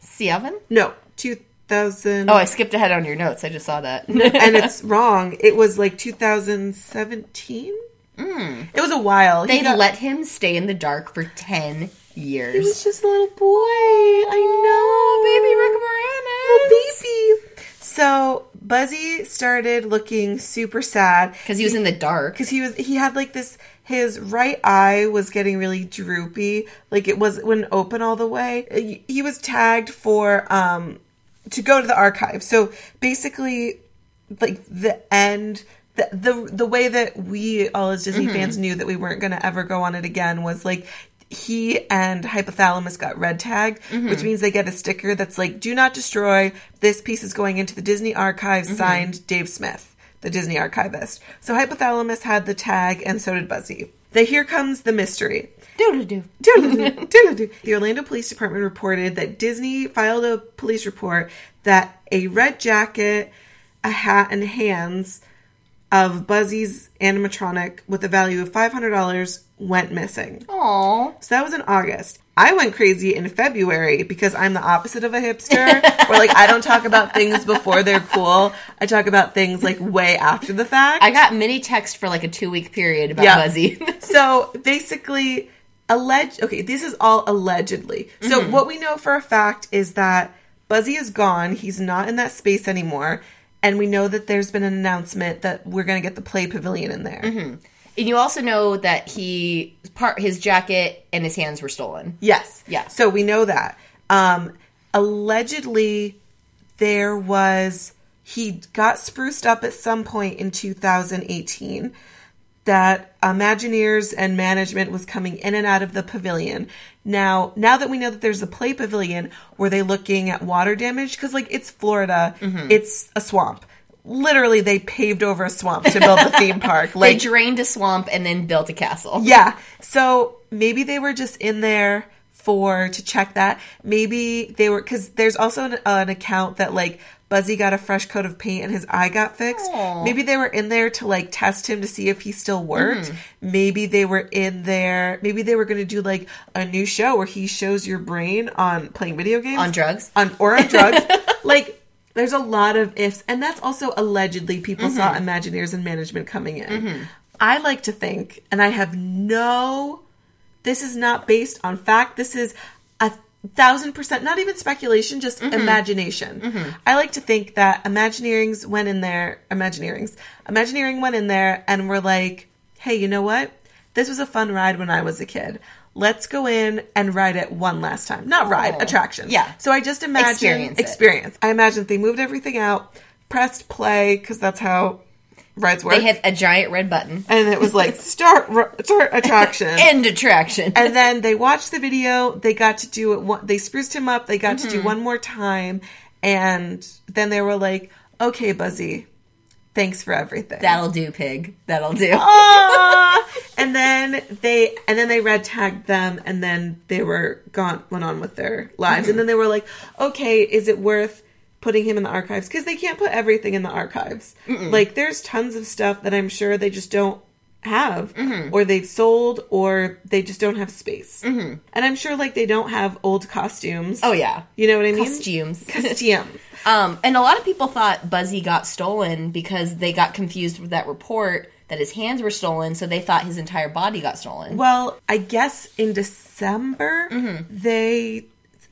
See Evan? No, 2000. Oh, I skipped ahead on your notes. I just saw that. *laughs* and it's wrong. It was like 2017. It was a while. Mm. they He got- let him stay in the dark for 10 He was years. just a little boy. I know, baby Rick Moranis, baby. So Buzzy started looking super sad Because he was in the dark. because he was he had like this. His right eye was getting really droopy, like it was wouldn't open all the way. He- He was tagged for um to go to the archive. So basically, like the end the, the the way that we all as Disney fans knew that we weren't going to ever go on it again was like he and hypothalamus got red tagged which means they get a sticker that's like do not destroy this piece is going into the Disney archives signed Dave Smith the Disney archivist so hypothalamus had the tag and so did Buzzy the here comes the mystery Doodle-doo. Doodle-doo, doodle-doo. the Orlando Police Department reported that Disney filed a police report that a red jacket, a hat, and hands of Buzzy's animatronic with a value of $500 went missing. Oh. Aww. So that was in August. I went crazy in February because I'm the opposite of a hipster. where like I don't talk about things before they're cool. I talk about things like way after the fact. I got mini text for like a two week period about Yeah. Buzzy. *laughs* so basically alleged okay this is all allegedly so what we know for a fact is that buzzy is gone he's not in that space anymore and we know that there's been an announcement that we're going to get the play pavilion in there and you also know that he part his jacket and his hands were stolen. yes Yeah. so we know that um allegedly there was he got spruced up at some point in 2018 that Imagineers and management was coming in and out of the pavilion. Now, now that we know that there's a play pavilion, were they looking at water damage? Because like it's Florida, it's a swamp. literally they paved over a swamp to build the theme park. They Like drained a swamp and then built a castle. yeah. So maybe they were just in there for to check that. Maybe they were because there's also an, an account that like Buzzy got a fresh coat of paint and his eye got fixed. Maybe they were in there to like test him to see if he still worked. Maybe they were in there. Maybe they were going to do like a new show where he shows your brain on playing video games On drugs. on or on drugs. *laughs* like there's a lot of ifs, and that's also allegedly people saw Mm-hmm. Imagineers and management coming in. I like to think, and I have no. This is not based on fact. This is a thousand percent, not even speculation, just Mm-hmm. imagination. I like to think that Imagineerings went in there. Imagineerings, Imagineering went in there, and were like, "Hey, you know what? This was a fun ride when I was a kid." Let's go in and ride it one last time. Not ride, attraction. Oh. Yeah. So I just imagine Experience it. experience. I imagine they moved everything out, pressed play because that's how rides work. They hit a giant red button. and it was like start ru- *laughs* start attraction. End attraction. *laughs* and then they watched the video. They got to do it. One, they spruced him up. They got to do one more time, and then they were like, "Okay, Buzzy, thanks for everything." That'll do, pig. That'll do. Oh. Aw. *laughs* and then they and then they red tagged them and then they were gone went on with their lives and then they were like okay is it worth putting him in the archives because they can't put everything in the archives like there's tons of stuff that i'm sure they just don't have Mm-hmm. or they've sold or they just don't have space and i'm sure like they don't have old costumes Mm-hmm. Oh, yeah. you know what i mean Costumes. costumes Um, and a lot of people thought Buzzy got stolen because they got confused with that report that his hands were stolen, so they thought his entire body got stolen. Well, I guess in December they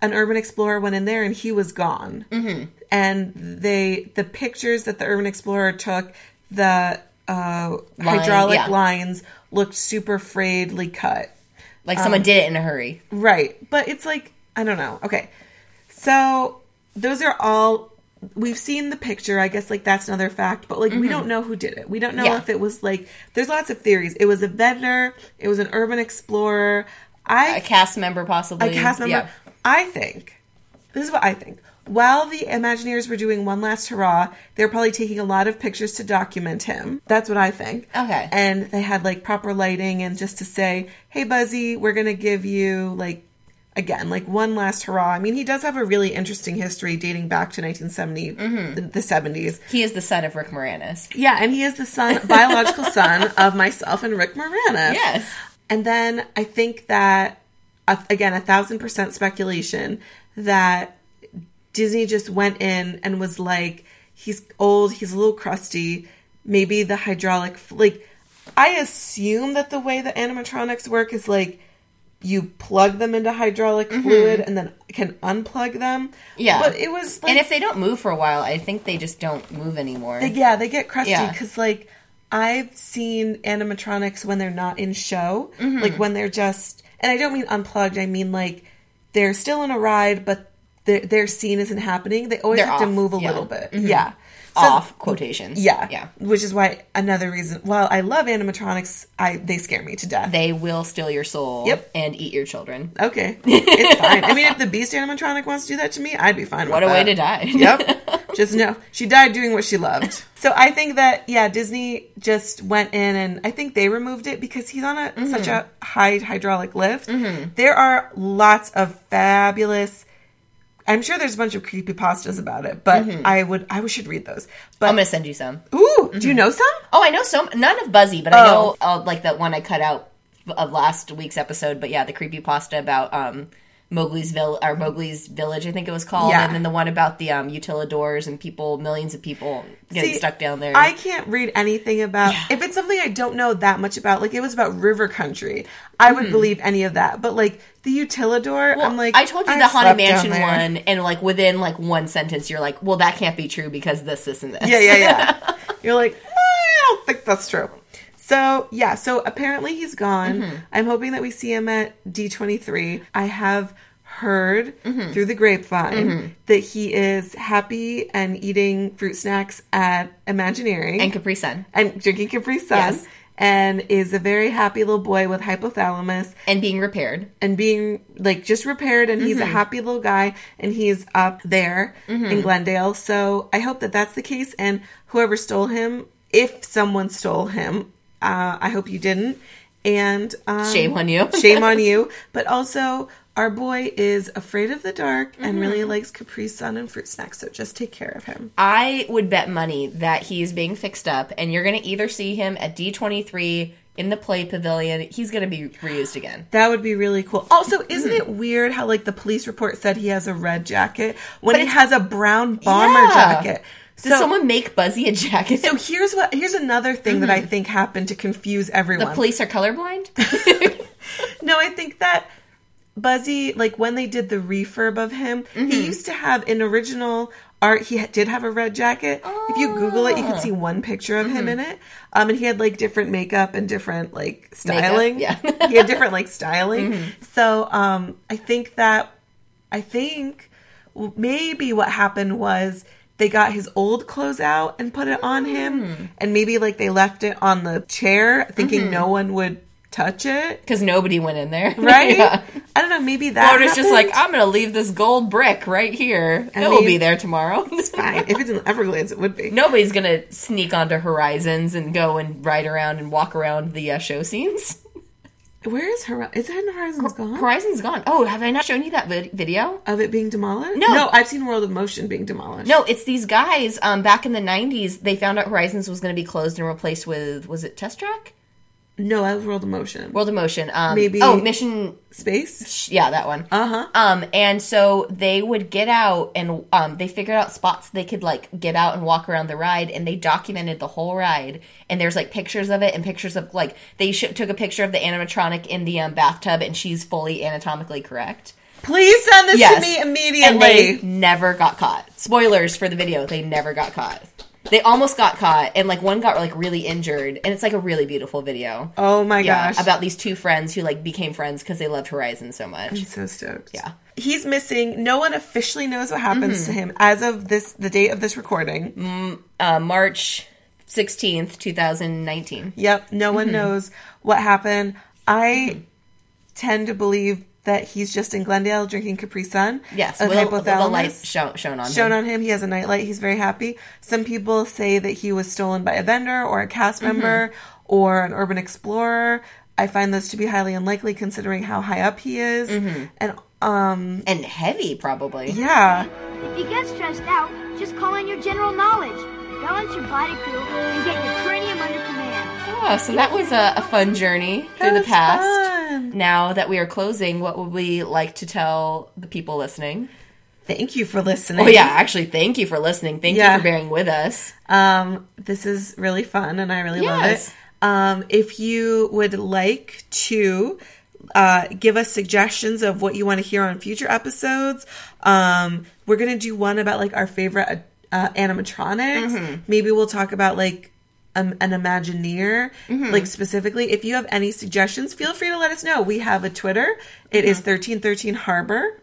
an urban explorer went in there and he was gone. Mm-hmm. And they the pictures that the urban explorer took the uh, hydraulic yeah. lines looked super frayedly cut. Like someone Um, did it in a hurry. Right. But it's like, I don't know. Okay. So those are all we've seen the picture. I guess like that's another fact, but like we don't know who did it. We don't know Yeah. if it was like there's lots of theories. It was a vendor, it was an urban explorer. I A cast member, possibly. a cast member. Yeah. I think this is what I think. While the Imagineers were doing one last hurrah, they were probably taking a lot of pictures to document him. That's what I think. Okay. And they had like proper lighting and just to say, "Hey, Buzzy, we're gonna give you like." Again, like one last hurrah. I mean, he does have a really interesting history dating back to 1970, Mm-hmm. the 70s. He is the son of Rick Moranis. Yeah, and he is the son, biological son *laughs* of myself and Rick Moranis. Yes. And then I think that, uh, again, a thousand percent speculation that Disney just went in and was like, he's old, he's a little crusty, maybe the hydraulic, like, I assume that the way the animatronics work is like, you plug them into hydraulic fluid and then can unplug them. Mm-hmm. Yeah. But it was like. and if they don't move for a while, I think they just don't move anymore. They- yeah, they get crusty Yeah. because like I've seen animatronics when they're not in show, Mm-hmm. like when they're just, and I don't mean unplugged. I mean like they're still in a ride, but their their scene isn't happening. They always They're have to off, move a yeah. Mm-hmm. little bit. Yeah, So- Off quotations. Yeah, Yeah. Which is why another reason. While I love animatronics, I they scare me to death. They will steal your soul Yep. and eat your children. *laughs* okay, it's fine. I mean, if the Beast animatronic wants to do that to me, I'd be fine. What a with way that. to die. Uh, Yep. Just no. She died doing what she loved. So I think that yeah, Disney just went in and I think they removed it because he's on a Mm-hmm. such a high hydraulic lift. There are lots of fabulous I'm sure there's a bunch of creepy pastas about it, but I would I should read those. *laughs* Mm-hmm. But I'm going to send you some. ooh, do you know some? Oh, I know some. None of Buzzy, but I know Oh. uh, like that one I cut out of last week's episode. But yeah, the creepy pasta about um, Mowgli's vill or Mowgli's village, I think it was called, Yeah. and then the one about the um, utilidors and people, millions of people getting See, stuck down there. I can't read anything about if it's something I don't know that much about. Like it was about river country, I would believe any of that. But like the utilidor, Mm-hmm. Well, I'm like I told you I the Haunted slept Mansion down there. one, and like within like one sentence, you're like, "Well, that can't be true because this, this, and this." Yeah, *laughs* yeah, yeah. You're like, "Ah, I don't think that's true. So yeah, so apparently he's gone. Mm-hmm. I'm hoping that we see him at D23. I have heard Mm-hmm. through the grapevine that he is happy and eating fruit snacks at Imagineering and Capri Sun. and drinking Capri Sun. Yes. and is a very happy little boy with hypothalamus and being repaired. and being like just repaired and he's a Mm-hmm. happy little guy and he's up there in Glendale. So I hope that that's the case and whoever stole him, if someone stole him, uh, I hope you didn't. And um, Shame on you. *laughs* *laughs* shame on you. But also, our boy is afraid of the dark and Mm-hmm. really likes Capri Sun and fruit snacks. So just take care of him. I would bet money that he is being fixed up, and you're going to either see him at D23 in the play pavilion. He's going to be reused again. That would be really cool. Also, Mm-hmm. isn't it weird how like the police report said he has a red jacket when he has a brown bomber Yeah. jacket? So, Did someone make Buzzy a jacket? so here's what here's another thing that I think happened to confuse everyone. the police are *laughs* colorblind? No, I think that Buzzy, like when they did the refurb of him, he used to have an original art. He ha- did have a red jacket. If you Google it, you can see one picture of him in it. Um, and he had like different makeup and different like styling. yeah. *laughs* he had different like styling. So um, I think that I think w- maybe what happened was they got his old clothes out and put it on him, and maybe like they left it on the chair, thinking no one would touch it Because nobody went in there. *laughs* *laughs* right? yeah. I don't know. Maybe that. Florida's just like, happened. I'm going to leave this gold brick right here. I it will mean- be there tomorrow. *laughs* fine. If it's in the Everglades, it would be. Nobody's going to sneak onto Horizons and go and ride around and walk around the uh, show scenes. Where is her? Is that in Horizons Gone? Horizons gone. Oh, have I not shown you that vid- video? of it being demolished? No. no. I've seen World of Motion being demolished. No, it's these guys. Um, back in the '90s, they found out Horizons was going to be closed and replaced with was it Test Track, no, that was World of Motion. World of Motion, um, Maybe- Oh, Mission, Space. yeah, that one. Uh huh. Um, and so they would get out and um, they figured out spots they could like get out and walk around the ride, and they documented the whole ride. And there's like pictures of it and pictures of like they sh- took a picture of the animatronic in the um, bathtub, and she's fully anatomically correct. Please send this Yes. to me and they immediately. never got caught. Spoilers for the video, they never got caught. They almost got caught, and like one got like really injured, and it's like a really beautiful video. oh my yeah, gosh! about these two friends who like became friends because they loved Horizon so much. so stoked. Yeah. Mm-hmm. He's missing. No one officially knows what happens to him as of this, the date of this recording. Uh, March sixteenth, two thousand nineteen. Yep, no one Mm-hmm. knows what happened. I tend to believe that he's just in Glendale drinking Capri Sun. Yes, of with a, with a hypothalamus. light shown, shown on shown him. on him. He has a nightlight. He's very happy. Some people say that he was stolen by a vendor or a cast Mm-hmm. member or an urban explorer. I find those to be highly unlikely considering how high up he is. Mm-hmm. And um and heavy, probably. yeah, If you get stressed out, just call in your general knowledge, balance your body field, and get your cranium under command. Oh, so that was a, a fun journey through That the was past. fun. Now that we are closing, what would we like to tell the people listening? thank you for listening. Oh yeah, actually, thank you for listening. Thank Yeah. you for bearing with us. Um, this is really fun and I really Yes. love it. Um, if you would like to uh, give us suggestions of what you want to hear on future episodes, um, we're going to do one about like our favorite uh, animatronics. Maybe we'll talk about like um, an Imagineer, like specifically. If you have any suggestions, feel free to let us know. We have a Twitter. It is 1313 Harbor.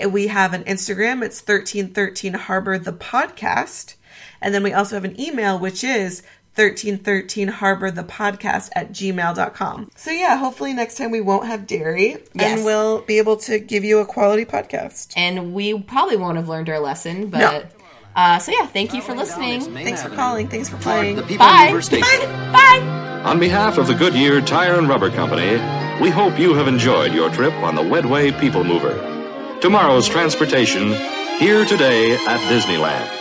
And We have an Instagram. It's 1313 Harbor, the podcast. And then we also have an email, which is 1313 Harbor, the podcast at gmail.com. So yeah, hopefully next time we won't have dairy Yes. and we'll be able to give you a quality podcast. And we probably won't have learned our lesson, but No. uh, so yeah, thank you for listening. Thanks for calling. Thanks for playing. The People Bye. Mover Station. Bye. On behalf of the Goodyear Tire and Rubber Company, we hope you have enjoyed your trip on the Wedway People Mover. Tomorrow's transportation, here today at Disneyland.